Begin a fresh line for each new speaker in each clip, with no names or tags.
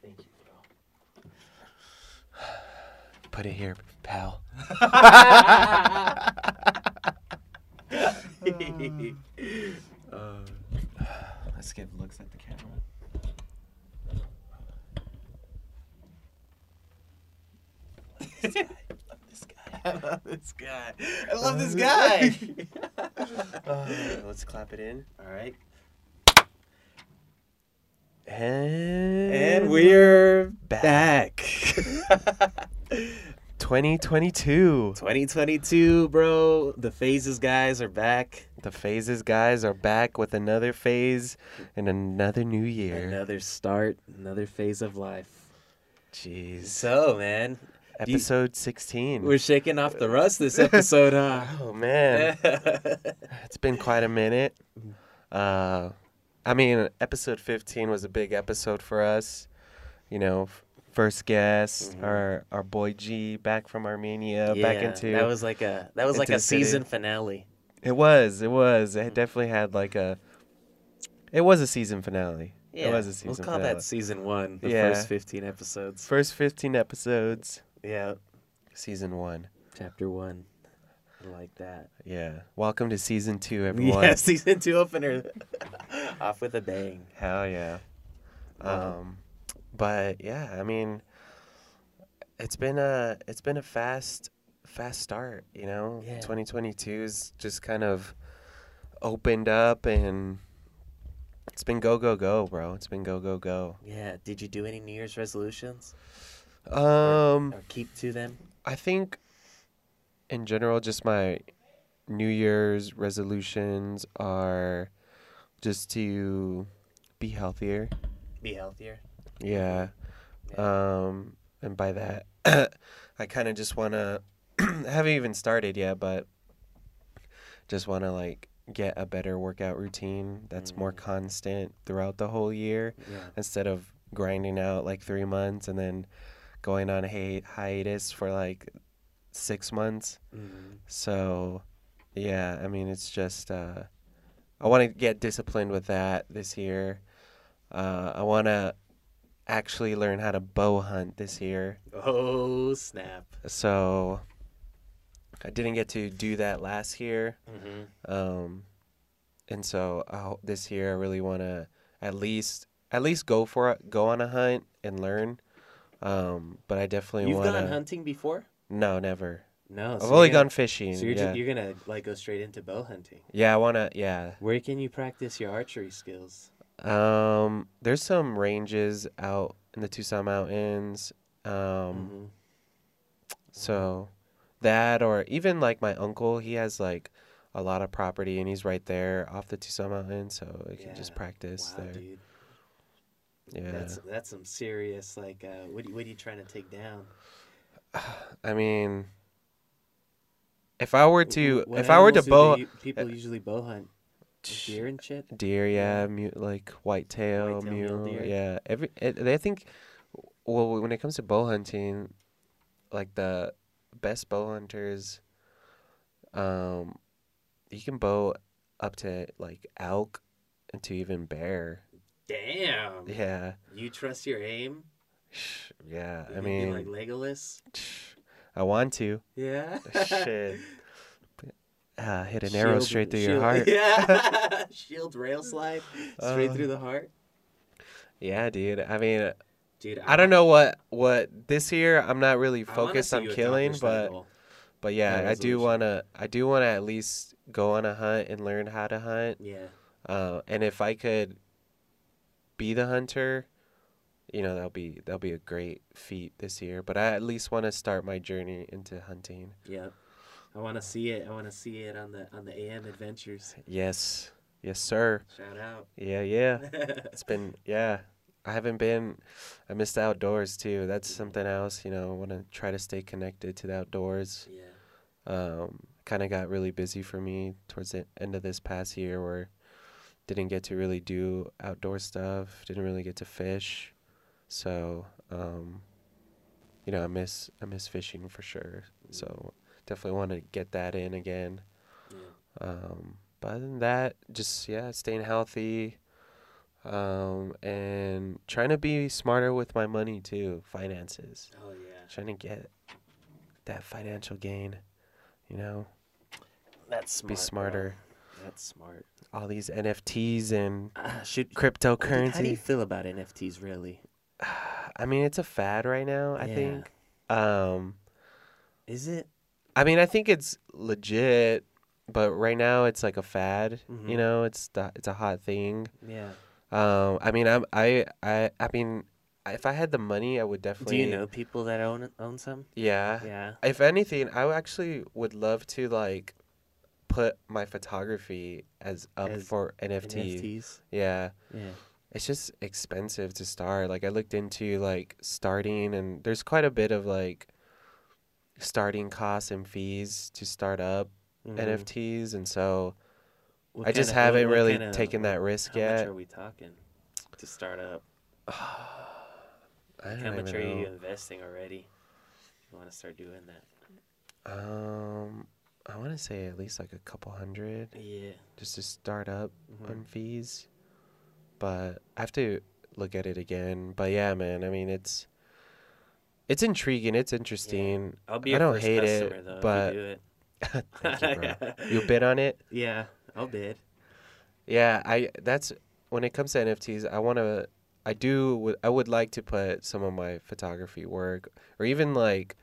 put it here, pal. Um,
Let's give looks at the camera.
I love this guy. I
Love this guy.
Uh, let's clap it in.
All right.
And,
And we're
back.
back.
2022.
2022, bro. The phases guys are back.
The phases guys are back with another phase and another new year.
Another start, another phase of life.
Jeez.
So, man, do you-
Episode 16.
we're shaking off the rust this episode, huh?
oh man, it's been quite a minute. Uh I mean, episode 15 was a big episode for us. You know, f- first guest, our our boy G back from Armenia, back
Mm-hmm. Yeah,
into
that was like a that was like
into
a
the city.
season finale.
It was. It was. It definitely had like a. It was a season finale.
Yeah,
It was a season
We'll call
finale.
that season one. The
Yeah.
first 15 episodes.
First 15 episodes,
Yeah.
season one.
Chapter one. I like that.
Yeah. Welcome to season two, everyone.
Yeah, season two opener. Off with a bang.
Hell yeah.
Wow.
Um, but yeah, I mean, it's been a it's been a fast fast start. You know,
Yeah.
2022's just kind of opened up and. It's been go go go, bro. It's been go go go.
Yeah. Did you do any New Year's resolutions
Um,
or keep to them?
I think in general, just my New Year's resolutions are just to be healthier.
Be healthier.
Yeah. Um, and by that, I kind of just want to, I haven't even started yet, but just want to like get a better workout routine that's more constant throughout the whole year
Yeah.
instead of grinding out like three months and then going on hi- hiatus for like six months.
Mhm.
So, yeah, I mean, it's just uh, I want to get disciplined with that this year. Uh, I want to actually learn how to bow hunt this year.
Oh snap.
So, I didn't get to do that last year.
Mm-hmm.
Um, and so I ho- this year I really want to at least at least go for it, go on a hunt and learn. Um, but I definitely
You've
want
gone
to.
hunting before?
No, never.
No.
I've only gone fishing.
So you're,
yeah.
ju- you're gonna like go straight into bow hunting.
yeah, I wanna. Yeah.
Where can you practice your archery skills?
Um, there's some ranges out in the Tucson Mountains. Um,
Mm-hmm.
so that or even like my uncle, he has like a lot of property and he's right there off the Tucson Mountains, so I can just
Yeah.
practice
Wow,
there.
dude.
Yeah.
That's that's some serious like uh, what are you- what are you trying to take down?
I mean, if I were
Wh-
to,
what
if I were to
animals do
bow
they u- people usually bow hunt Like deer and shit.
deer, yeah, mu like whitetail,
Whitetail, mule
mule,
deer.
yeah. Every it, I think, well, when it comes to bow hunting, like the best bow hunters, um, you can bow up to like elk and to even bear.
Damn.
Yeah,
You trust your aim?
yeah.
You
I
gonna be
mean,
like Legolas.
I want to.
Yeah.
Shit. Uh, hit an arrow
Shield-
straight through your
shield-
heart.
Yeah. shield rail slide straight
Uh,
through the heart.
Yeah, dude. I mean,
Dude,
I don't know what what this year. I'm not really
I wanna
focused
see
on
you
killing,
accomplish that
but
goal.
but yeah,
that
I do
resolution.
wanna I do wanna at least go on a hunt and learn how to hunt.
yeah.
Uh, and if I could be the hunter, you know that'll be that'll be a great feat this year. But I at least want to start my journey into hunting.
Yeah. I want to see it. I want to see it on the on the AM Adventures.
Yes, yes, sir.
Shout out.
Yeah, yeah. It's been yeah. I haven't been. I miss the outdoors too. That's something else. You know, I want to try to stay connected to the outdoors.
yeah.
um, kind of got really busy for me towards the end of this past year where didn't get to really do outdoor stuff didn't really get to fish so um, you know i miss i miss fishing for sure so definitely want to get that in again um, but other than that just yeah staying healthy um, and trying to be smarter with my money too finances
Oh yeah.
trying to get that financial gain, you know,
That's smart,
be
bro.
smarter.
That's smart.
All these NFTs and
Uh, should
cryptocurrency.
How do you feel about NFTs, really?
I mean, it's a fad right now, I
Yeah.
think. Um,
Is it?
I mean, I think it's legit, but right now it's like a fad.
Mhm.
You know, it's the, it's a hot thing.
Yeah.
Um, I mean, I'm I I I mean, if I had the money, I would definitely.
Do you know people that own own some?
Yeah.
Yeah.
If anything, I would actually would love to like put my photography as up
As
for NFT.
NFTs.
Yeah.
Yeah.
It's just expensive to start. Like I looked into like starting and there's quite a bit of like starting costs and fees to start up
Mhm.
NFTs and so
What
I just
kinda- what-
haven't
what
really
kinda-
taken that
How
risk
much
yet.
are we talking to start up?
I
How
don't
much
even
are you
know.
investing already? You want to start doing that?
Um I want to say at least like a couple hundred
Yeah.
just to start up
Mhm.
on fees. But I have to look at it again. But yeah, man, I mean it's it's intriguing, it's interesting.
I'll be.
I
your
don't
first
hate it,
customer, though, if you
but-
do it.
Thank you, bro. you bid on it?
Yeah, I'll bid.
Yeah, I that's when it comes to NFTs, I want to I do would I would like to put some of my photography work or even like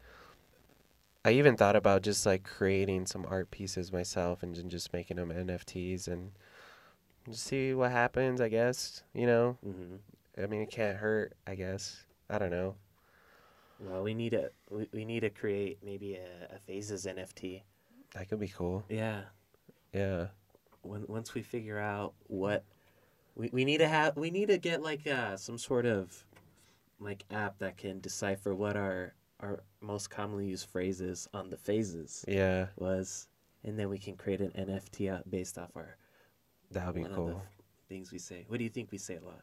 I even thought about just like creating some art pieces myself and then just making them NFTs and just see what happens, I guess, you know.
hmm
I mean, it can't hurt, I guess. I don't know.
Well, we need a we, we need to create maybe a, a phases NFT.
That could be cool.
Yeah.
Yeah.
When once we figure out what we, we need to have we need to get like uh some sort of like app that can decipher what our our most commonly used phrases on the phases
Yeah.
was, and then we can create an NFT out- uh, based off our
That would be
one of the
cool.
f- things we say. What do you think we say a lot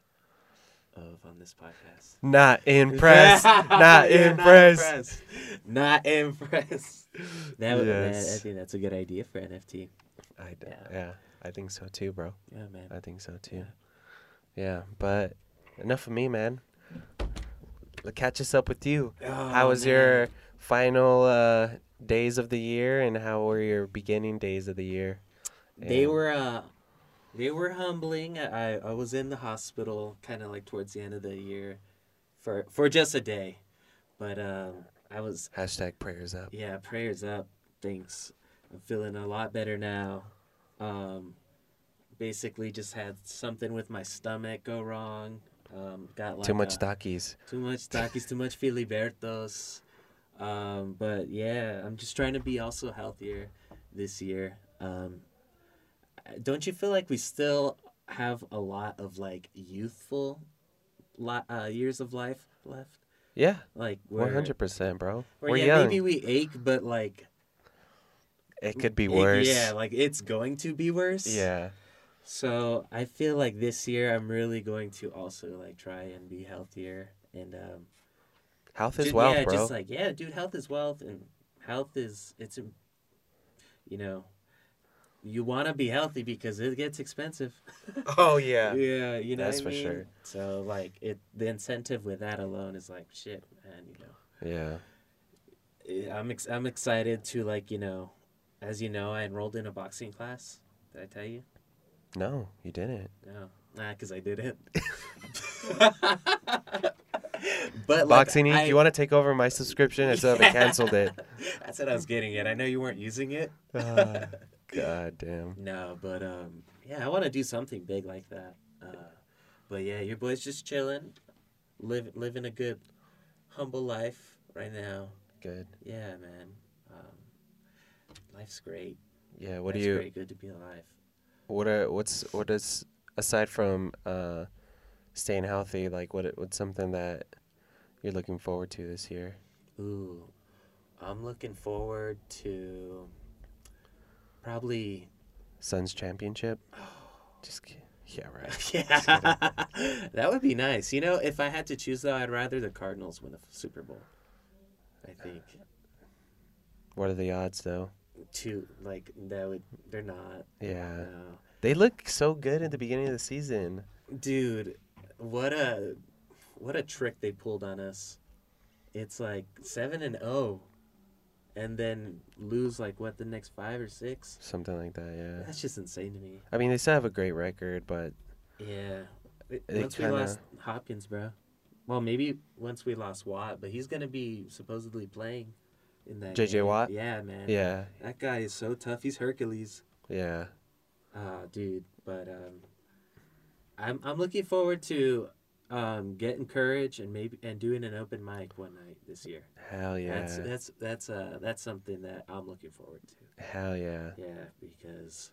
of on this podcast?
Not impressed. Not
Yeah,
impressed.
Not impressed. That, would that, I
Yes.
think that's a good idea for NFT.
I d-
Yeah.
yeah. I think so too, bro.
Yeah, man.
I think so too. Yeah, but enough of me, man. Let's catch us up with you. how
Oh,
was
man.
your final uh, days of the year and how were your beginning days of the year?
They
Yeah.
were uh, they were humbling. I I was in the hospital kind of like towards the end of the year, for for just a day, but um, I was
Hashtag prayers up.
Yeah, prayers up. Thanks. I'm feeling a lot better now. Um, basically, just had something with my stomach go wrong. Um, got like
Too much
a-
Takis.
too much Takis, too much Filibertos. Um, but yeah, I'm just trying to be also healthier this year. Um, don't you feel like we still have a lot of like youthful li- uh, years of life left?
Yeah,
Like we're,
100%, bro.
or
We're
yeah,
young.
maybe we ache, but like
it could be
it-
worse.
yeah, like it's going to be worse.
Yeah.
So I feel like this year I'm really going to also like try and be healthier and um
Health is
ju-
wealth,
yeah,
bro.
just like yeah, dude, health is wealth and health is it's im- you know you want to be healthy because it gets expensive.
oh yeah.
yeah, you know
That's
what
for
I mean?
sure.
So like it the incentive with that alone is like shit, man, you know.
Yeah.
I'm ex- I'm excited to like you know, as you know, I enrolled in a boxing class. Did I tell you?
No, you didn't.
No, nah, Ah, cause I didn't. but like,
Boxing Inc,
I,
you want to take over my subscription? I still haven't canceled it.
That's what I was getting at. I know you weren't using it.
Ah, God damn.
No, but um, yeah, I want to do something big like that. Uh, but yeah, your boy's just chilling, live living a good, humble life right now.
Good.
Yeah, man. Um, life's great.
Yeah, what
Life's
do you
Great, good to be alive.
what are what's what is aside from uh staying healthy, like what what's something that you're looking forward to this year?
Ooh, I'm looking forward to probably
Suns championship? Just kid- yeah, right.
yeah. that would be nice. You know, if I had to choose though, I'd rather the Cardinals win the Super Bowl. I think
What are the odds though?
two like that would they're not.
Yeah.
no.
They look so good at the beginning of the season.
Dude, what a what a trick they pulled on us. It's like 7 and 0 oh, and then lose like what the next five or six.
something like that. Yeah.
That's just insane to me.
I mean, they still have a great record, but
Yeah. It-
They
once
kinda-
we lost Hopkins, bro. Well, maybe once we lost Watt, but he's gonna be supposedly playing in that.
J.J.
game.
Watt?
Yeah, man.
yeah,
That guy is so tough. He's Hercules,
yeah.
uh, dude. But um, I'm I'm looking forward to um getting courage and maybe and doing an open mic one night this year.
Hell yeah.
That's that's that's uh that's something that I'm looking forward to.
Hell yeah.
Yeah, because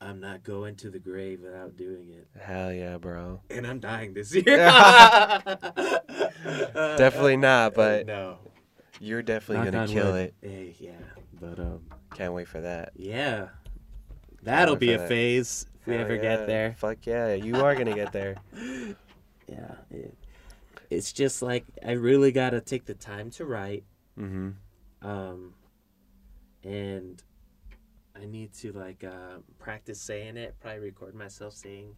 I'm not going to the grave without doing it.
Hell yeah, bro.
and I'm dying this year. Uh,
Definitely not, but
no,
you're definitely going to kill it.
Eh, yeah, but um,
Can't wait for that.
yeah, that'll
Going
be
for
a
that.
phase if we
Hell
ever
yeah.
get there.
Fuck yeah. You are going to get there.
Yeah, it, it's just like I really gotta take the time to write,
Mm-hmm.
um, and I need to like uh, practice saying it. Probably record myself saying.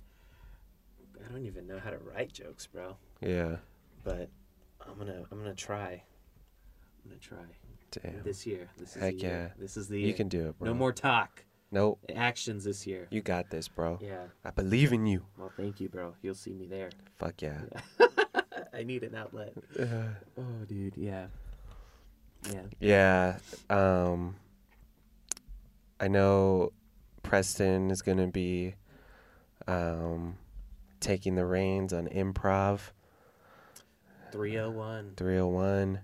I don't even know how to write jokes, bro.
Yeah.
But I'm gonna I'm gonna try. I'm gonna try.
Damn.
this year. This is
Heck
the year.
yeah.
This is the year.
You can do it, bro.
no more talk.
Nope.
Actions this year.
You got this, bro.
Yeah.
I believe in you.
Well, thank you, bro. You'll see me there.
Fuck yeah.
I need an outlet.
Yeah.
Oh, dude. Yeah. Yeah.
Um, I know Preston is going to be um, taking the reins on improv
301.
301.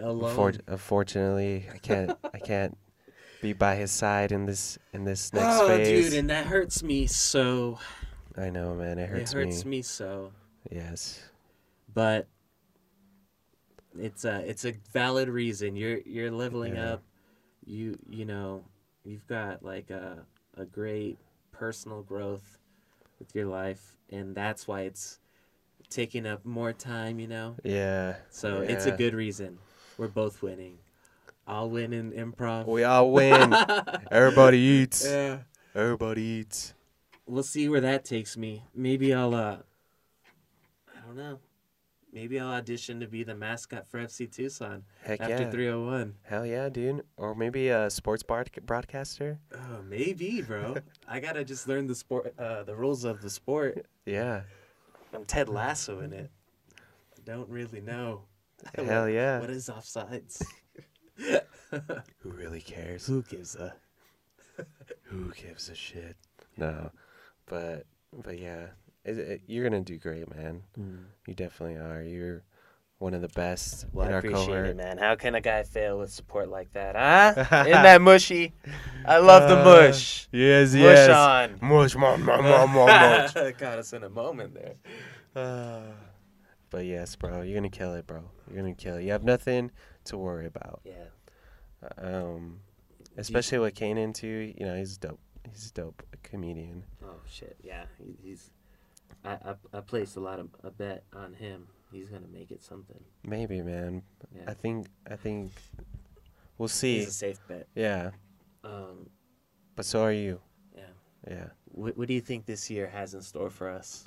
Alone.
Unfor- unfortunately, I can't. I can't be by his side in this in this next
oh,
phase.
dude, and that hurts me so.
I know, man. It hurts,
it hurts
me.
me. so.
Yes.
But it's a it's a valid reason. You're you're leveling
Yeah.
up. You you know you've got like a a great personal growth with your life, and that's why it's taking up more time. You know,
Yeah.
so it's a
yeah.
good reason. We're both winning. I'll win in improv.
We all win. Everybody eats.
yeah.
Everybody eats.
we'll see where that takes me. Maybe I'll uh I don't know. Maybe I'll audition to be the mascot for FC Tucson
Heck
after
yeah.
301.
Hell yeah, dude. Or maybe a sports bar- broadcaster.
Oh, maybe, bro. I got to just learn the sport uh the rules of the sport.
Yeah.
I'm Ted Lasso in it. I don't really know.
Hell yeah.
What is offsides?
Who really cares?
Who gives a
Who gives a shit? No. But but yeah, it, it, you're gonna do great, man.
Hmm.
You definitely are. You're one of the best
Well,
in
I
our
appreciate
cohort.
it, man. How can a guy fail with support like that, huh? Isn't that mushy? I love the
Uh,
mush.
Yes,
Mush
yes.
on.
Mush, mush, mush, mush, mush,
Got us in a moment there.
mush. but yes, bro, you're gonna kill it, bro. You're gonna kill it. You have nothing to worry about.
Yeah.
Um, especially what Kane into. You know, he's dope. He's a dope comedian.
Oh shit. Yeah. He, he's. I, I I placed a lot of a bet on him. He's gonna make it something.
Maybe, man.
Yeah.
I think. I think. We'll
He's
see.
a safe bet.
Yeah.
Um.
But so are you.
Yeah.
Yeah.
What What do you think this year has in store for us?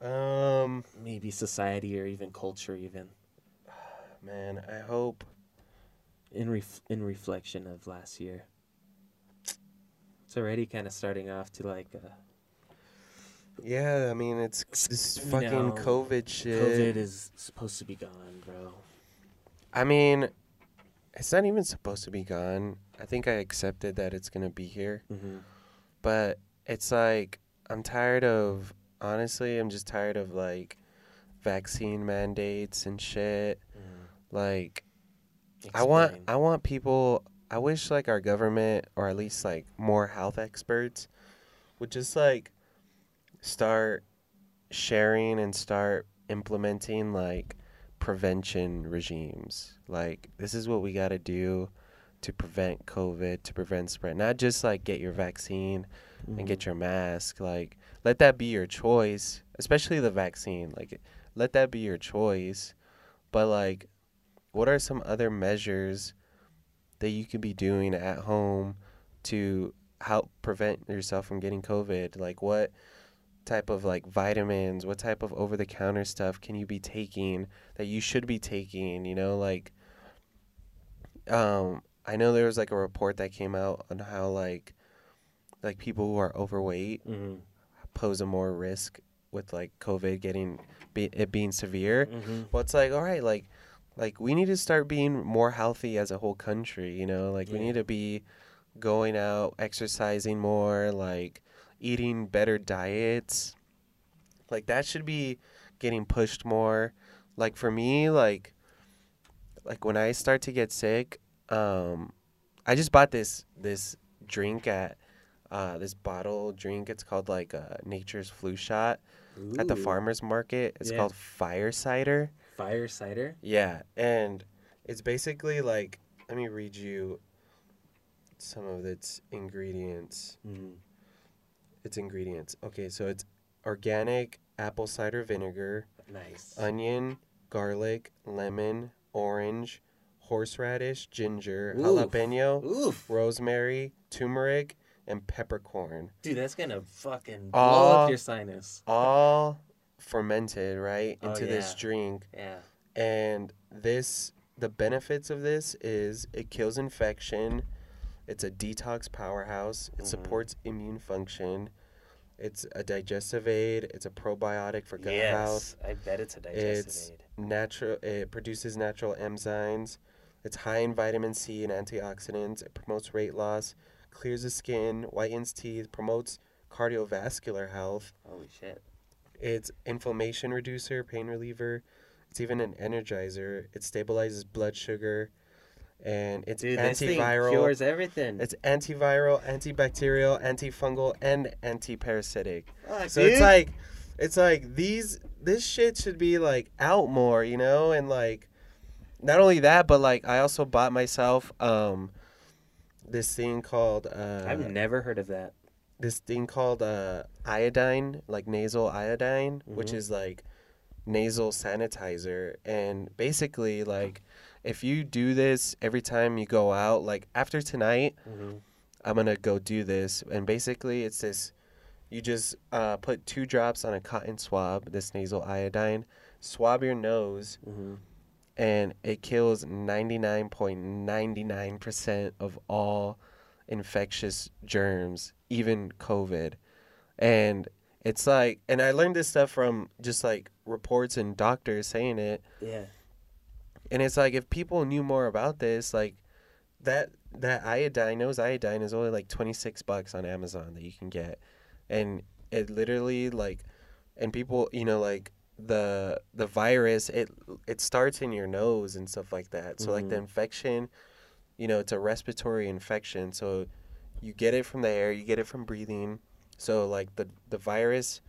Um,
Maybe society or even culture, even
man, I hope.
in ref, in reflection of last year. It's already kind of starting off to like uh,
Yeah, I mean, it's this
You
fucking
know,
COVID shit.
COVID is supposed to be gone, bro.
I mean, it's not even supposed to be gone. I think I accepted that it's gonna be here,
Mm-hmm.
but it's like I'm tired of. Honestly, I'm just tired of like vaccine mandates and shit.
Mm-hmm.
Like, I want I want people. I wish like our government or at least like more health experts would just like start sharing and start implementing like prevention regimes. Like this is what we got to do to prevent COVID, to prevent spread. Not just like get your vaccine and get your mask. Like let that be your choice, especially the vaccine. Like let that be your choice. But like what are some other measures that you could be doing at home to help prevent yourself from getting COVID? Like what type of like vitamins, what type of over the counter stuff can you be taking that you should be taking, you know, like um I know there was like a report that came out on how like like people who are overweight
Mm-hmm.
pose a more risk with like COVID getting be, it being severe.
Mm-hmm.
Well, it's like all right, like like we need to start being more healthy as a whole country. You know, like we
Yeah.
need to be going out, exercising more, like eating better diets. Like that should be getting pushed more. Like for me, like like when I start to get sick, um, I just bought this this drink at uh, this bottle drink. It's called like uh, Nature's Flu Shot Mm-hmm. at the farmers market. It's
Yeah.
called fire cider.
Fire cider.
Yeah, and it's basically like let me read you some of its ingredients.
Mm.
Its ingredients. Okay, so it's organic apple cider vinegar,
Nice.
onion, garlic, lemon, orange, horseradish, ginger,
Ooh.
jalapeno,
Oof,
rosemary, turmeric, and peppercorn.
dude, that's gonna fucking blow
Aw.
up your sinus.
All fermented, right,
Oh,
into this
yeah.
drink.
Yeah.
and this the benefits of this is it kills infection it's a detox powerhouse it
Mhm.
supports immune function it's a digestive aid it's a probiotic for gut health
Yes. I bet it's a digestive
It's-
aid.
natural it produces natural enzymes it's high in vitamin c and antioxidants it promotes weight loss clears the skin whitens teeth promotes cardiovascular health
Holy shit.
it's inflammation reducer, pain reliever. It's even an energizer. It stabilizes blood sugar, and it's
Dude, this thing
antiviral.
cures everything.
It's antiviral, antibacterial, antifungal, and antiparasitic.
Fuck,
So
dude.
it's like, it's like these. This shit should be like out more, you know, and like, not only that, but like I also bought myself um, this thing called uh,
I've never heard of that.
this thing called uh, iodine, like nasal iodine, which
Mhm.
is like nasal sanitizer. And basically, like, if you do this every time you go out, like after tonight,
Mm-hmm.
I'm gonna go do this. And basically, it's this you just uh, put two drops on a cotton swab, this nasal iodine, swab your nose,
Mm-hmm.
and it kills 99.99% of all infectious germs, even COVID. And it's like, and I learned this stuff from just like reports and doctors saying it.
Yeah.
And it's like, if people knew more about this, like that, that iodine, those iodine is only like 26 bucks on Amazon that you can get. And it literally like, and people, you know, like, the the virus it it starts in your nose and stuff like that so like the infection you know it's a respiratory infection so you get it from the air you get it from breathing so like the the virus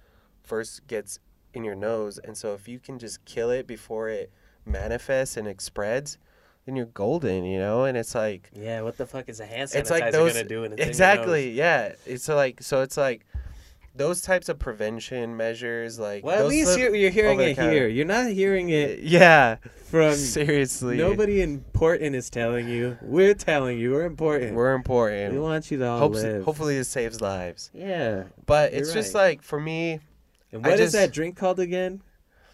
first gets in your nose and so if you can just kill it before it manifests and it spreads then you're golden you know and it's like
Yeah. What the fuck is a hand sanitizer
it's like those
gonna do? in a thing you know?
exactly yeah it's like so it's like those types of prevention measures like
Well, at
those
least
look-
you're, you're hearing
over the
it
counter.
here. You're not hearing it
yeah
from
seriously
nobody important is telling you. We're telling you. We're important.
we're
we
important
want you to all
Hopes,
live.
hopefully this saves lives
Yeah.
but
You're
it's just
right.
like for me
And
I
what
just-
is that drink called again?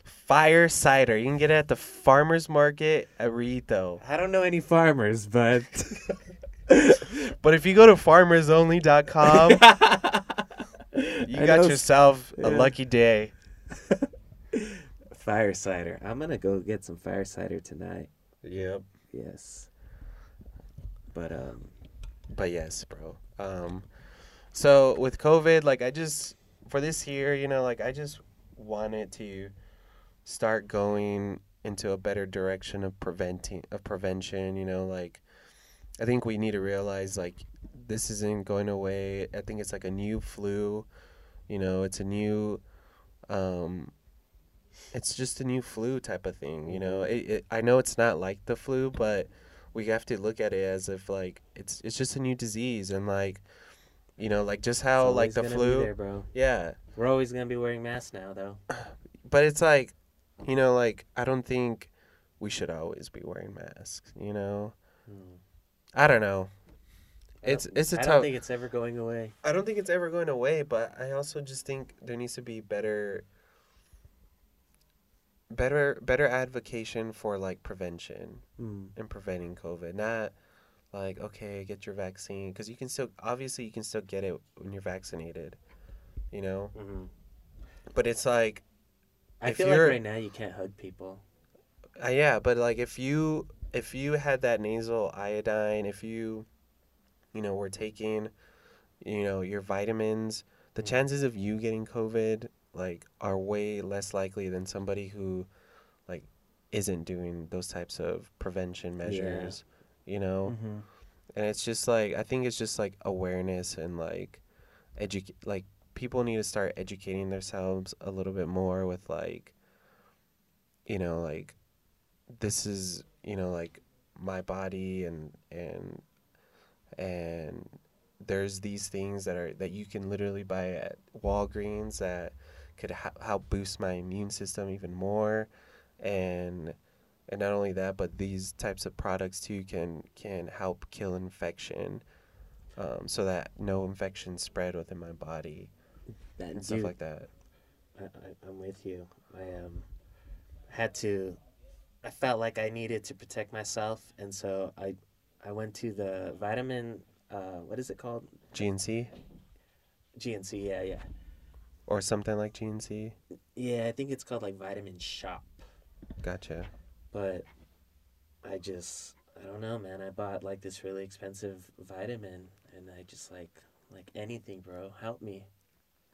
fire cider. You can get it at the farmers market at Rito.
I don't know any farmers, but
But if you go to farmersonly.com, you
I
got
know-
yourself a
yeah.
lucky day.
fire cider. I'm gonna go get some fire cider tonight.
Yep.
Yes. But um,
But yes, bro. Um so with COVID, like I just for this year, you know, like I just wanted to start going into a better direction of preventing of prevention, you know, like I think we need to realize like this isn't going away. I think it's like a new flu. You know, it's a new um it's just a new flu type of thing, you know. It, it, I know it's not like the flu, but we have to look at it as if like it's it's just a new disease and like you know, like just how
it's
Oh, like
always
the
gonna be
flu.
there, bro.
Yeah.
We're always gonna be wearing masks now, though.
But it's like you know, like I don't think we should always be wearing masks, you know.
Hmm.
I don't know.
I don't-
It's it's a
I
tough
don't think it's ever going away.
I don't think it's ever going away, but I also just think there needs to be better better better advocation for like prevention
Mm.
and preventing COVID, not like okay, get your vaccine because you can still obviously you can still get it when you're vaccinated, you know.
hmm
But it's like Mm-hmm.
I
If
feel like
you're-
right now you can't hug people.
Uh, yeah, but like if you if you had that nasal iodine, if you you know were taking you know your vitamins, the
Mm.
chances of you getting COVID like are way less likely than somebody who like isn't doing those types of prevention measures, you know?
Mm-hmm.
And it's just like I think it's just like awareness and like edu- like people need to start educating themselves a little bit more with like you know like this is you know like my body and and and there's these things that are that you can literally buy at Walgreens that could ha- help boost my immune system even more and and not only that but these types of products too can can help kill infection um, so that no infection spread within my body
That,
and
dude,
stuff like that
I, I, I'm with you. I um, had to. I felt like I needed to protect myself, and so I, I went to the vitamin. Uh, what is it called?
GNC
GNC. Yeah, yeah,
or something like GNC
yeah. I think it's called like Vitamin Shop,
gotcha
but I just I don't know, man. I bought like this really expensive vitamin, and I just like like anything, bro. Help me.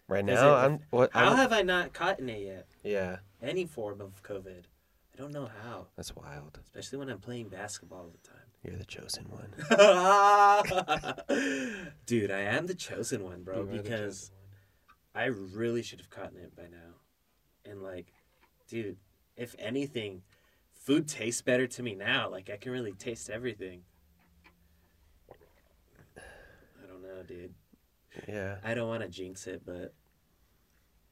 right
Is
now
it-
I'm what
How
I'm,
have I not gotten it yet?
yeah
Any form of COVID. I don't know how,
that's wild
especially when I'm playing basketball all the time.
you're the chosen one
Dude, I am the chosen one, bro, because I really should have gotten it by now. And like, dude, if anything, food tastes better to me now. Like I can really taste everything. I don't know, dude.
yeah
I don't want to jinx it, but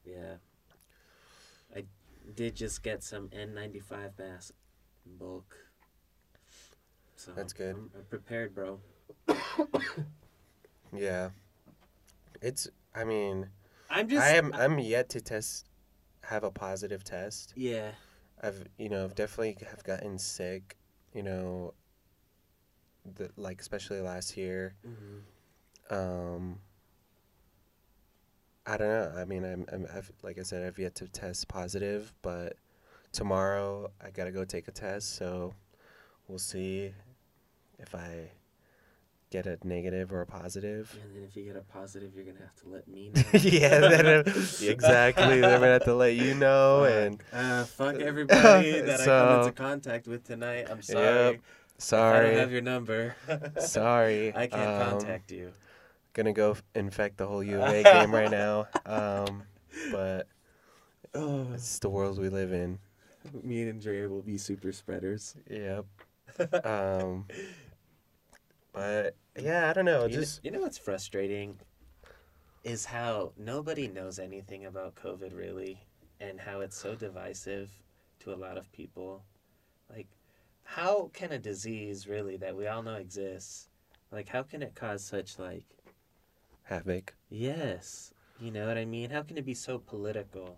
yeah. I did just get some N95 mask in bulk. So
That's good.
I'm, I'm prepared, bro.
yeah it's I mean
I'm just uh,
I am I'm yet to test have a positive test
Yeah.
I've you know I've definitely have gotten sick you know the, like especially last year
hmm
Um, I don't know. I mean, I'm, I'm I've, like I said, I've yet to test positive, but tomorrow I gotta go take a test, so we'll see if I get a negative or a positive.
And then if you get a positive, you're gonna have to let me know.
yeah, then, uh, exactly. They're gonna have to let you know, and
Fuck. uh, fuck everybody that I come
So-
into contact with tonight. I'm sorry. I don't have
sorry,
your number.
sorry,
I can't
um,
contact you.
Gonna go f- infect the whole U of A game right now. Um, but
Oh,
it's the world we live in.
me and Dre will be super spreaders.
Yep. um, but yeah, I don't know.
You kn-
Oh, Just
you know what's frustrating is how nobody knows anything about COVID really, and how it's so divisive to a lot of people. Like, how can a disease really that we all know exists, like how can it cause such like
havoc.
yes, you know what I mean? How can it be so political?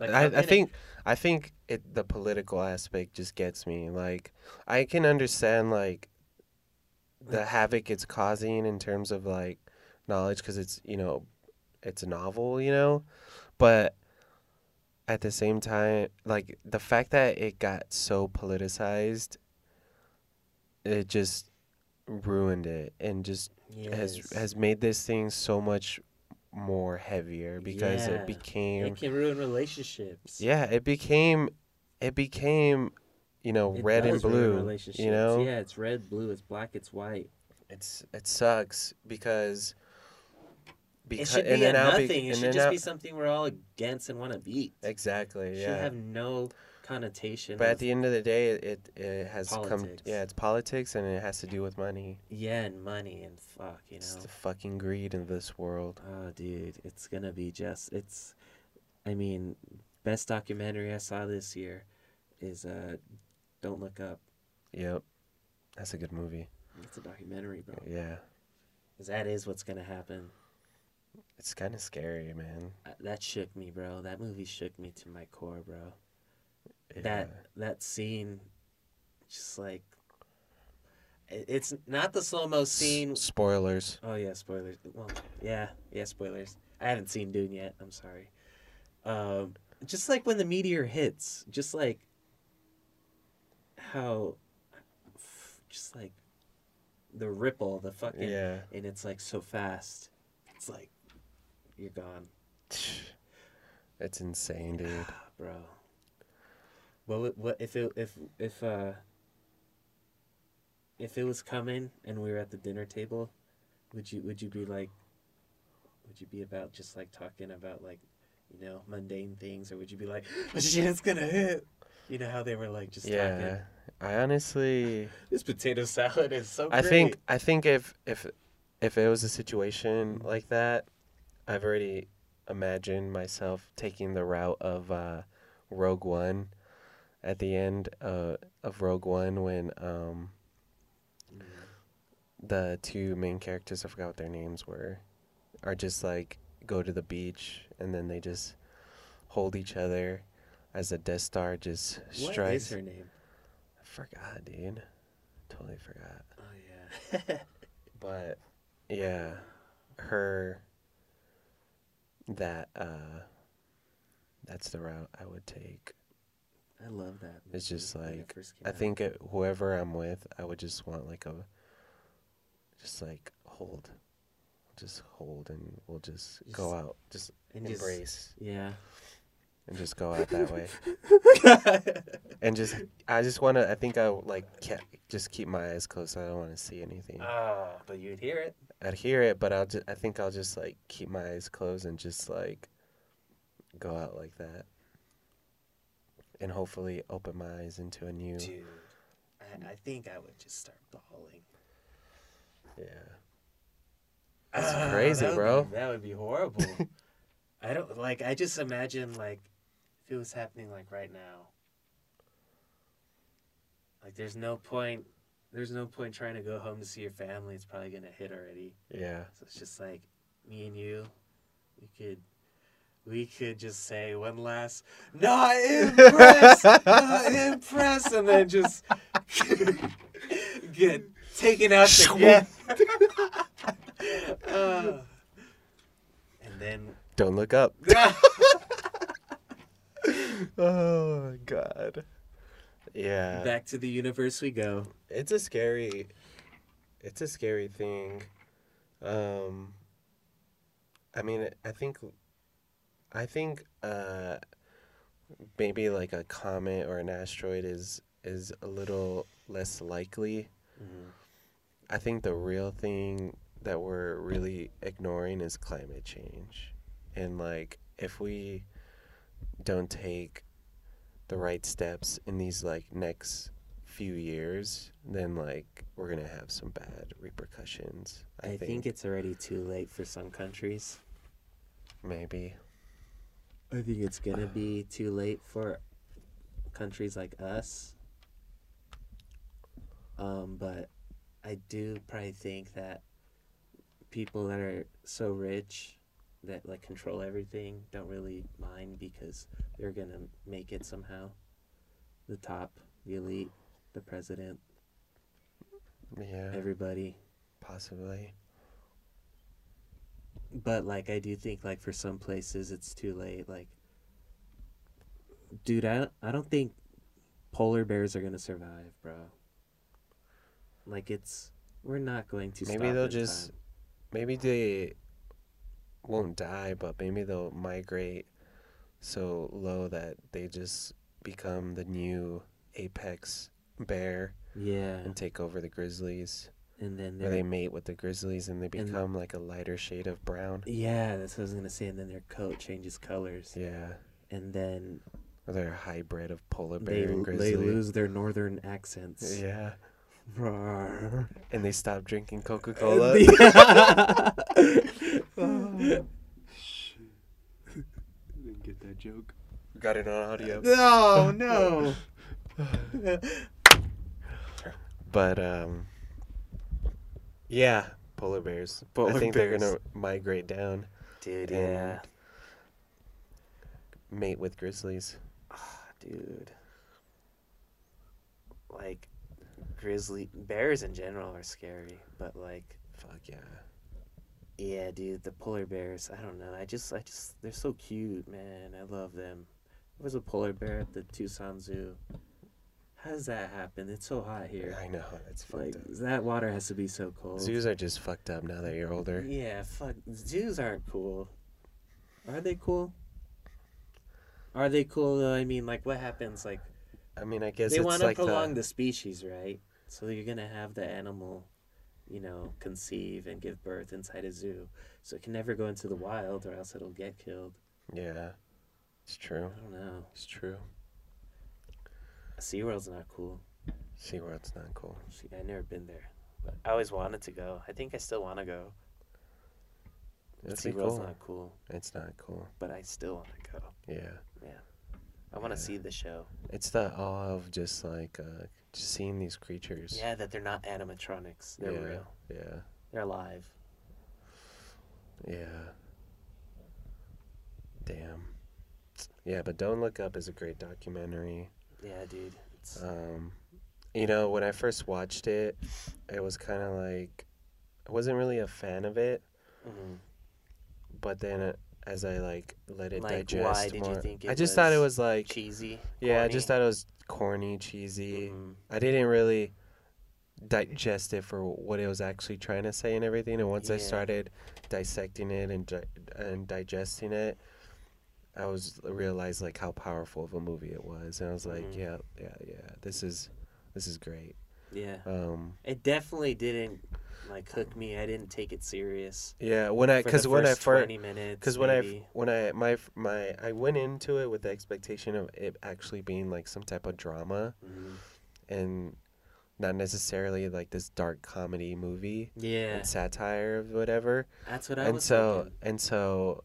Like, how
I, I
can it-
think I think it the political aspect just gets me. Like I can understand like the havoc it's causing in terms of like knowledge because it's you know it's a novel you know, but at the same time like the fact that it got so politicized, it just ruined it and just has
Yes.
has made this thing so much more heavier because
Yeah.
it became
it can ruin relationships.
yeah it became it became you know
It
red and
does ruin
blue
relationships.
you know
yeah, it's red, blue, it's black, it's white.
it's it sucks because
It
because
should be a
I'll
nothing.
and
it should
then
just
I'll-
be something we're all against and want to beat.
exactly
should
yeah
have no connotation.
but at
with-
the end of the day it it has come
Politics.
yeah it's politics and it has to do with money
yeah, and money and fuck, you
it's
know.
the fucking greed in this world
Oh, dude, it's gonna be just. It's, I mean, best documentary I saw this year is uh, Don't Look Up.
yep that's a good movie
It's a documentary, bro.
yeah
'Cause that is what's gonna happen.
it's kind of scary man
Uh, That shook me, bro. That movie shook me to my core, bro. that that scene just like it- it's not the slow mo scene
S- spoilers.
oh yeah spoilers well yeah yeah spoilers i haven't seen dune yet i'm sorry um just like when the meteor hits just like how just like the ripple the fucking
Yeah.
and it's like so fast it's like you're gone
It's insane, dude.
bro. What would, what if it if if uh if it was coming and we were at the dinner table, would you would you be like would you be about just like talking about like you know mundane things or would you be like oh shit it's gonna hit you know how they were like just
Yeah.
talking
I honestly
this potato salad is so
I
great.
think I think if if if it was a situation like that, I've already imagined myself taking the route of uh, Rogue One at the end uh, of Rogue One when um, the two main characters I forgot what their names were are just like go to the beach and then they just hold each other as the Death Star just
what is
strikes.
her name
I forgot, dude. Totally forgot.
oh yeah
But yeah, her that uh that's the route I would take.
I love that
It's
movie
just
when it
like,
first came
I
out.
think it, whoever I'm with, I would just want like a just like hold. Just hold and we'll just, go
Just-
out. Just
And just-
embrace
yeah
and just go out that way. and just I just want to I think I like ca just keep my eyes closed. I don't want to see anything.
ah but you'd hear it
I'd hear it, but I'll just, I think I'll just like keep my eyes closed and just like go out like that. And hopefully open my eyes into a new
Dude, I, I think I would just start bawling.
yeah. That's crazy,
that would
bro.
be- that would be horrible. I don't like. I just imagine like if it was happening like right now. Like, there's no point. There's no point trying to go home to see your family. It's probably gonna hit already.
Yeah.
So it's just like me and you. We could. We could just say one last, not impressed, not impressed, and then just get taken out the Uh, and then
Don't look up. oh my god. Yeah.
back to the universe we go.
it's a scary it's a scary thing um i mean i think i think uh maybe like a comet or an asteroid is is a little less likely Mm, i think the real thing that we're really ignoring is climate change and like if we don't take the right steps in these like next few years, then like we're gonna have some bad repercussions. I,
I
think,
think it's already too late for some countries.
maybe.
I think it's gonna be too late for countries like us. Um, but I do probably think that people that are so rich that like control everything don't really mind because they're gonna make it somehow. The top, the elite, the president,
Yeah,
everybody.
possibly.
But like I do think like for some places it's too late. Like dude, I don't I don't think polar bears are gonna survive, bro. Like it's we're not going to
Maybe
stop
they'll
in
just-
time.
Maybe they won't die, but maybe they'll migrate so low that they just become the new apex bear
Yeah.
and take over the grizzlies.
And then
Or
they're
they mate with the grizzlies and they
And-
become like a lighter shade of brown.
Yeah, that's what I was gonna say, and then their coat changes colors.
Yeah.
And then
Or they're a hybrid of polar
they,
bear and grizzly.
they lose their northern accents.
Yeah.
Roar.
And they stop drinking Coca Cola.
Didn't get that joke.
Got it on audio.
no, no.
But um Yeah, polar bears. I
Polar
think
bears.
they're gonna migrate down,
Dude,
And-
yeah.
mate with grizzlies.
Dude. like grizzly bears in general are scary, but like
Fuck yeah.
yeah, dude, the polar bears. I don't know. I just I just they're so cute, man. I love them. There was a polar bear at the Tucson Zoo. How does that happen? It's so hot here.
I know. That's
Like
fucked up.
that water has to be so cold.
Zoos are just fucked up now that you're older.
Yeah, fuck. Zoos aren't cool. Are they cool? Are they cool though? I mean, like, what happens? Like,
I mean, I guess
they
it's
want to
like
prolong the...
the,
species, right? So you're gonna have the animal, you know, conceive and give birth inside a zoo. So it can never go into the wild, or else it'll get killed.
Yeah. It's true.
I don't know.
It's true.
SeaWorld's not cool.
SeaWorld's not cool.
See, I've never been there, but I always wanted to go. I think I still want to go.
It's
SeaWorld's
cool.
not cool,
It's not cool.
but I still want to go.
Yeah.
I want to
Yeah.
see the show.
It's the awe of just like uh, just seeing these creatures.
Yeah, that they're not animatronics. They're
yeah.
real.
Yeah.
They're alive.
Yeah. Damn. Yeah, but Don't Look Up is a great documentary.
Yeah, dude. It's,
Um, you know, when I first watched it, it was kind of like I wasn't really a fan of it,
mhm.
but then uh, as I like let it
Like, why
digest
did you
more,
think
I
it
just thought it was
was
like
cheesy.
yeah, I just
corny.
thought it was corny, cheesy.
Mhm.
I didn't really digest it for what it was actually trying to say and everything. And once I
Yeah.
started dissecting it and di- and digesting it, I was realized like how powerful of a movie it was, and I was like,
Mhm.
yeah, yeah, yeah, this is this is great.
Yeah.
Um,
It definitely didn't like hook me. I didn't take it serious.
yeah, when I
for the
because Uh, when I
first
first
twenty minutes,
because when I
maybe.
when I my my I went into it with the expectation of it actually being like some type of drama
Mhm.
and not necessarily like this dark comedy movie.
yeah,
and satire of whatever.
that's what I
And
was
so
thinking.
and so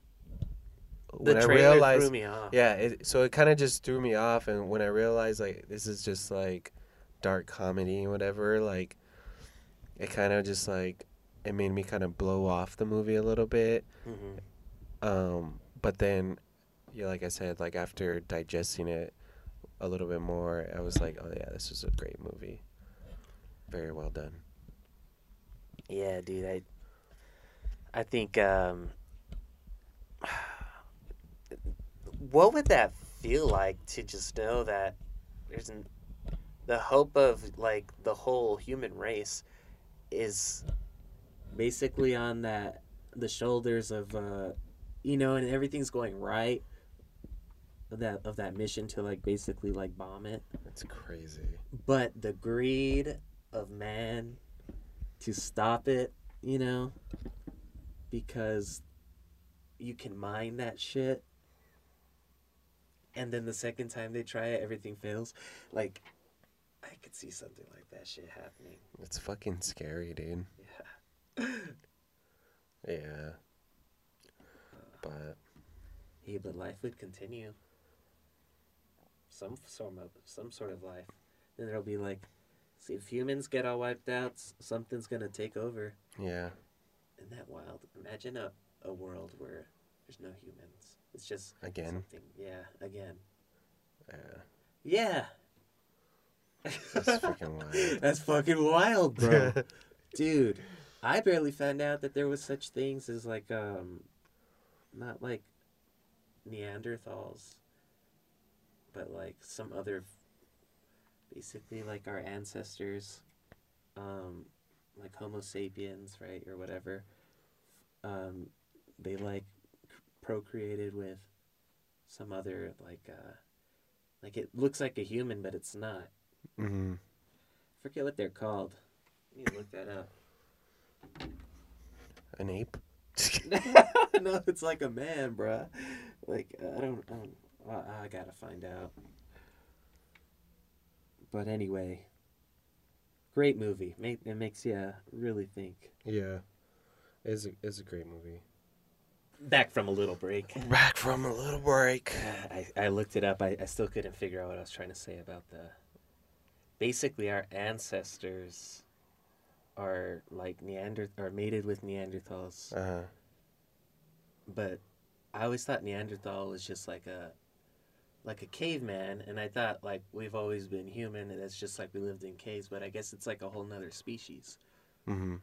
The
when I
trailer
realized
threw me off.
yeah, it, so it kind of just threw me off and when I realized like this is just like dark comedy and whatever like it kind of just like it made me kind of blow off the movie a little bit.
Mhm.
Um but then yeah, like I said like after digesting it a little bit more, I was like, "Oh yeah, this is a great movie." Very well done.
Yeah, dude. I I think um, what would that feel like to just know that there's an, the hope of like the whole human race is basically on that the shoulders of uh you know and everything's going right of that of that mission to like basically like bomb it
It's crazy.
but the greed of man to stop it, you know, because you can mine that shit. And then the second time they try it, everything fails. Like, I could see something like that shit happening.
It's fucking scary, dude. Yeah. yeah. But
Hey, but life would continue. Some sort of some sort of life. Then there'll be like, see, if humans get all wiped out, s- something's gonna take over.
yeah,
Isn't that wild? Imagine a, a world where there's no humans. It's just
again,
something. Yeah, again.
yeah,
Yeah.
that's freaking wild.
That's fucking wild, bro. Dude, I barely found out that there was such things as like um not like Neanderthals, but like some other basically like our ancestors um like Homo sapiens, right, or whatever. Um they like procreated with some other like uh like it looks like a human but it's not
Mm-hmm.
forget what they're called. I need to look that
An ape?
up. no, it's like a man, bruh. Like uh, I don't, I, don't I, I gotta find out. But anyway, great movie. Make it makes you really think.
Yeah, is is a great movie.
Back from a little break.
Back from a little break.
I, I looked it up. I, I still couldn't figure out what I was trying to say about the. Basically, our ancestors are like Neander are mated with Neanderthals.
Uh huh.
but I always thought Neanderthal was just like a like a caveman and i thought like we've always been human and that's just like we lived in caves but i guess it's like a whole nother species
Mm-hmm.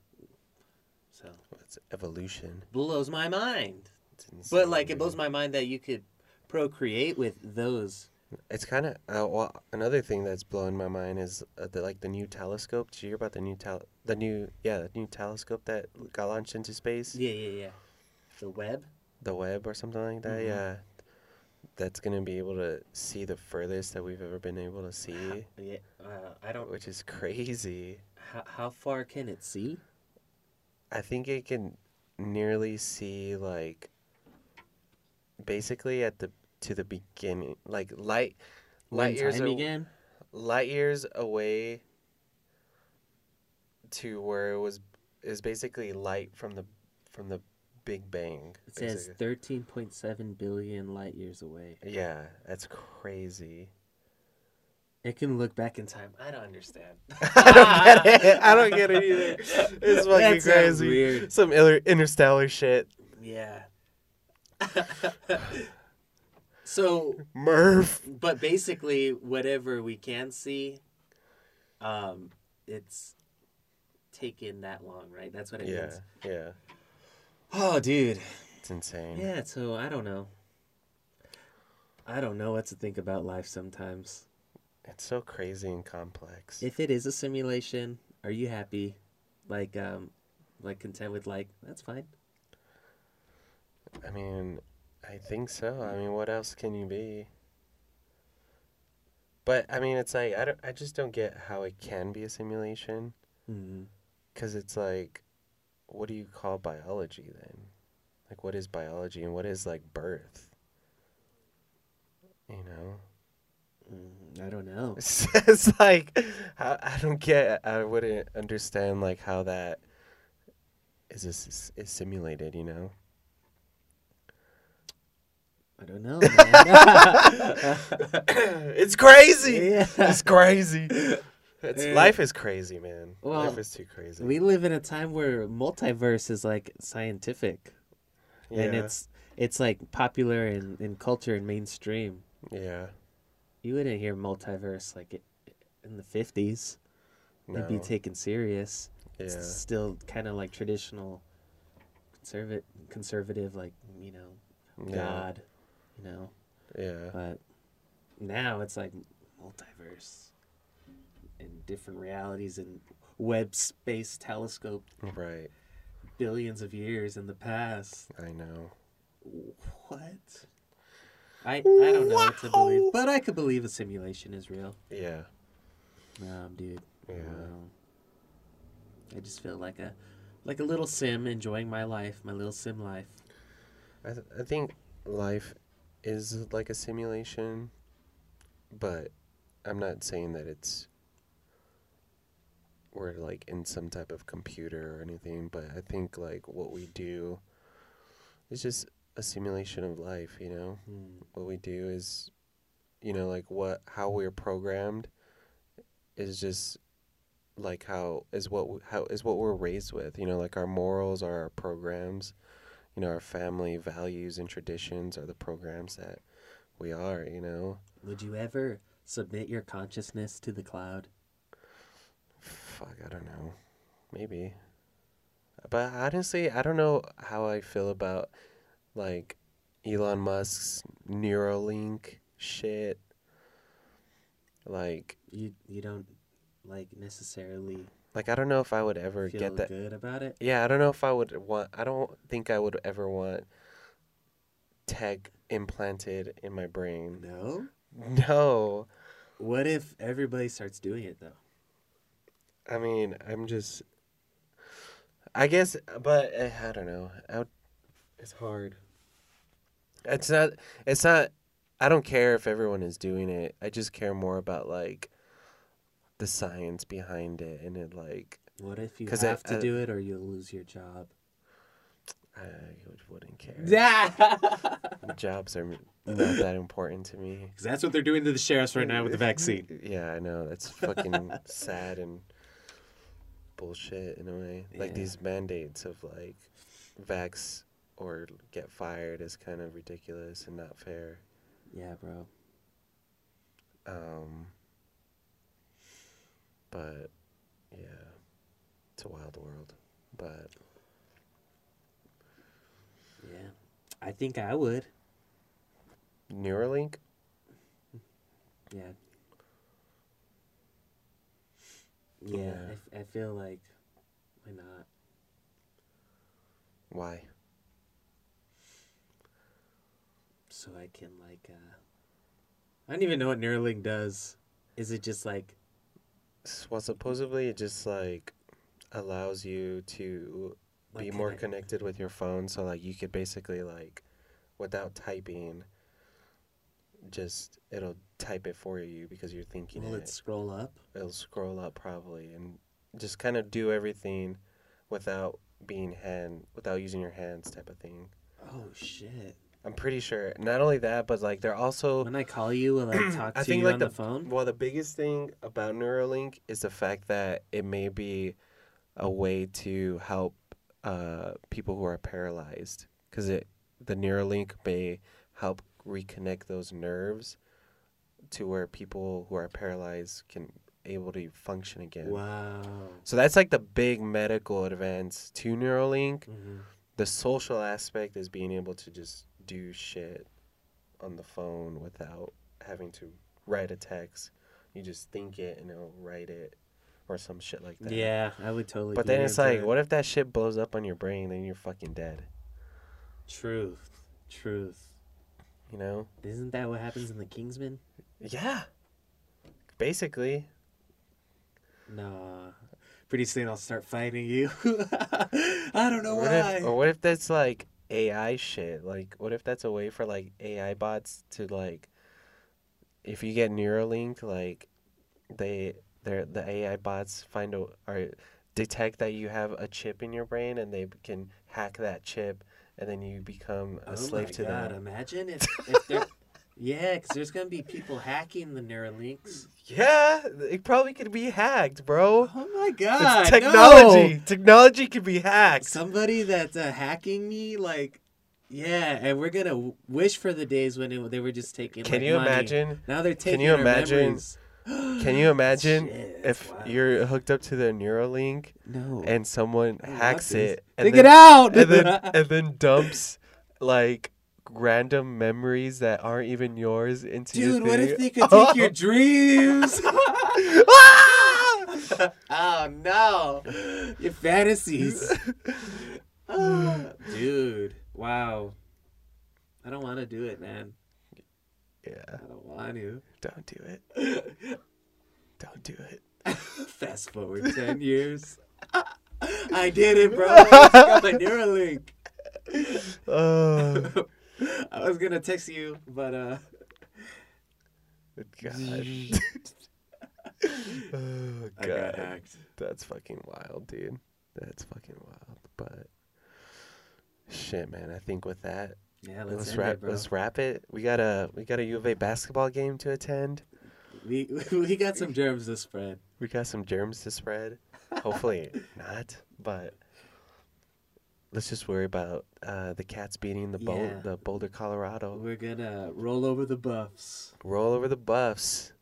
so
It's evolution.
blows my mind
It's insane,
but like it
dude.
blows my mind that you could procreate with those
It's kind of uh, well. Another thing that's blowing my mind is uh, the like the new telescope. Did you hear about the new tel the new yeah the new telescope that got launched into space?
yeah yeah yeah the web
The Webb or something like that.
Mhm.
Yeah, that's gonna be able to see the furthest that we've ever been able to see,
yeah uh, i don't
which is crazy.
how, how far can it see
I think it can nearly see like basically at the to the beginning like light light
One
years
time
a-
again
light years away to where it was is basically light from the from the Big Bang.
it says
basically.
13.7 billion light years away
yeah, that's crazy.
It can look back in time. I don't understand.
I don't get it. I don't get it either. It's fucking
That sounds
crazy.
Weird.
Some iller interstellar shit.
Yeah. so,
Murph.
but basically, whatever we can see, um, it's taken that long, right? That's what it
Yeah,
means.
yeah.
Oh, dude.
It's insane.
Yeah. So I don't know. I don't know what to think about life sometimes.
It's so crazy and complex.
If it is a simulation, are you happy? Like, um, like content with like that's fine.
I mean, I think so. I mean, what else can you be? But I mean, it's like I don't. I just don't get how it can be a simulation
Mm-hmm.
because it's like, what do you call biology then? Like, what is biology and what is like birth? You know,
Mm, I don't know.
it's, it's like I, I don't get. I wouldn't understand like how that is is, is simulated. You know.
I don't know. Man.
it's crazy.
Yeah.
It's crazy. It's,
Yeah.
Life is crazy, man.
Well,
life is too crazy.
we live in a time where multiverse is like scientific,
yeah.
and it's it's like popular in, in culture and mainstream.
yeah.
You wouldn't hear multiverse like it, in the fifties.
No.
It'd be taken serious.
yeah.
It's still kind of like traditional, conservative, conservative like you know
Yeah.
God, you know.
Yeah.
But now it's like multiverse and different realities and web space telescope
Right.
billions of years in the past.
I know.
What? I, I don't know what to believe, but I could believe a simulation is real.
Yeah.
Um, dude.
Yeah.
Um, I just feel like a like a little sim enjoying my life, my little sim life.
I th- I think life is like a simulation, but I'm not saying that it's we're like in some type of computer or anything, but I think like what we do is just a simulation of life, you know?
Hmm.
what we do is you know like what how we're programmed is just like how is what w- how is what we're raised with you know like our morals are our programs you know our family values and traditions are the programs that we are you know
Would you ever submit your consciousness to the cloud?
fuck i don't know maybe but honestly i don't know how i feel about like elon musk's neuralink shit like
You you don't like necessarily
Like I don't know if I would ever
feel
get that.
good about it.
Yeah, I don't know if I would want. I don't think I would ever want tech implanted in my brain.
No.
No,
What if everybody starts doing it though?
I mean I'm just. I guess, but eh, I don't know. I would, it's hard. It's not. It's not. I don't care if everyone is doing it. I just care more about like the science behind it and it like
What if you
'Cause uh,
have
I-
to
I-
do it or you'll lose your job?
I would- wouldn't care.
Yeah.
Jobs are not that important to me.
that's what they're doing to the sheriffs right now with the vaccine.
Yeah, I know. That's fucking sad and bullshit in a way. Like
Yeah.
these mandates of like vax or get fired is kind of ridiculous and not fair.
Yeah, bro.
Um, but yeah, it's a wild world. But
Yeah. I think I would.
Neuralink,
Yeah. Yeah,
Yeah.
I f I I, feel like why not?
why?
So I can like uh I don't even know what Neuralink does. Is it just like
S- Well, supposedly it just like allows you to
like,
be more
connect-
connected with your phone, so like you could basically like, without typing, just it'll type it for you because you're thinking
Will
it.
it scroll up?
it'll scroll up probably and just kind of do everything without being hand without using your hands type of thing.
Oh shit!
I'm pretty sure. Not only that, but like they're also
When I call you, will I talk to
I think
you
like
on
the,
the, phone?
well the biggest thing about Neuralink is the fact that it may be a way to help uh, people who are paralyzed because it the Neuralink may help reconnect those nerves to where people who are paralyzed can able to function again.
Wow.
So that's like the big medical advance to Neuralink.
hmm
The social aspect is being able to just do shit on the phone without having to write a text. You just think it and it'll write it or some shit like that.
Yeah, I would totally.
But
be
then it's
into
like,
it.
what if that shit blows up on your brain? Then you're fucking dead.
Truth, truth.
You know?
Isn't that what happens in the Kingsman?
Yeah. Basically.
Nah. Pretty soon I'll start fighting you. I don't know
What
why. Oh
if, or what if that's like AI shit? Like, what if that's a way for like AI bots to like, if you get Neuralink, like, they they the AI bots find a or detect that you have a chip in your brain and they can hack that chip and then you become a
oh
slave
my
to
God,
them.
Imagine if, if there. Yeah, because there's gonna be people hacking the Neuralinks.
Yeah, it probably could be hacked, bro.
Oh my God!
It's technology.
no.
Technology can be hacked.
Somebody that's uh, hacking me, like, yeah, and we're gonna w- wish for the days when it, they were just taking.
can
like,
you
money.
imagine?
Now they're taking.
you
our
imagine-
memories.
Can you imagine
Shit, that's
if
wild.
you're hooked up to the Neuralink
No.
and someone
I love
hacks
this.
it and
Take
then,
it out.
and then and then dumps like random memories that aren't even yours into your
Dude, what if
thing.
they could take your dreams?
Ah!
oh no, your fantasies. Ah, Dude, wow. I don't want to do it, man.
yeah,
I don't want to.
don't do it. Don't do it.
Fast forward 10 years. I did it, bro. I got my Neuralink.
Oh
I was going to text you, but uh
god. oh
I got
god.
hacked.
That's fucking wild, dude. That's fucking wild. But shit, man, I think with that
Yeah, let's,
Let's,
end
wrap.
it, bro.
let's wrap it. We got a we got a U of A basketball game to attend.
We, we got some germs to spread.
We got some germs to spread. Hopefully not, but let's just worry about uh, the cats beating the Bol-
Yeah.
the Boulder, Colorado.
We're going to roll over the buffs.
Roll over the Buffs.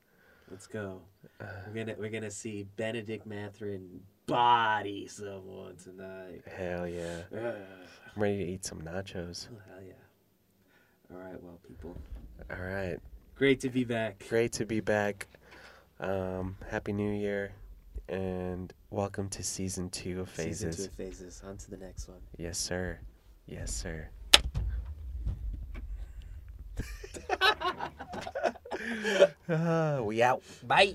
Let's go.
Uh,
We're gonna we're gonna see Benedict Matherin body someone tonight.
hell yeah!
Ugh.
I'm ready to eat some nachos.
Oh, hell yeah! All right, well, people,
All right,
great to be back.
great to be back. Um, Happy New Year, and welcome to season two of
Season
Phases.
two of phases. On to the next one.
Yes, sir. Yes, sir. Ah, we out. Oh,
Bye.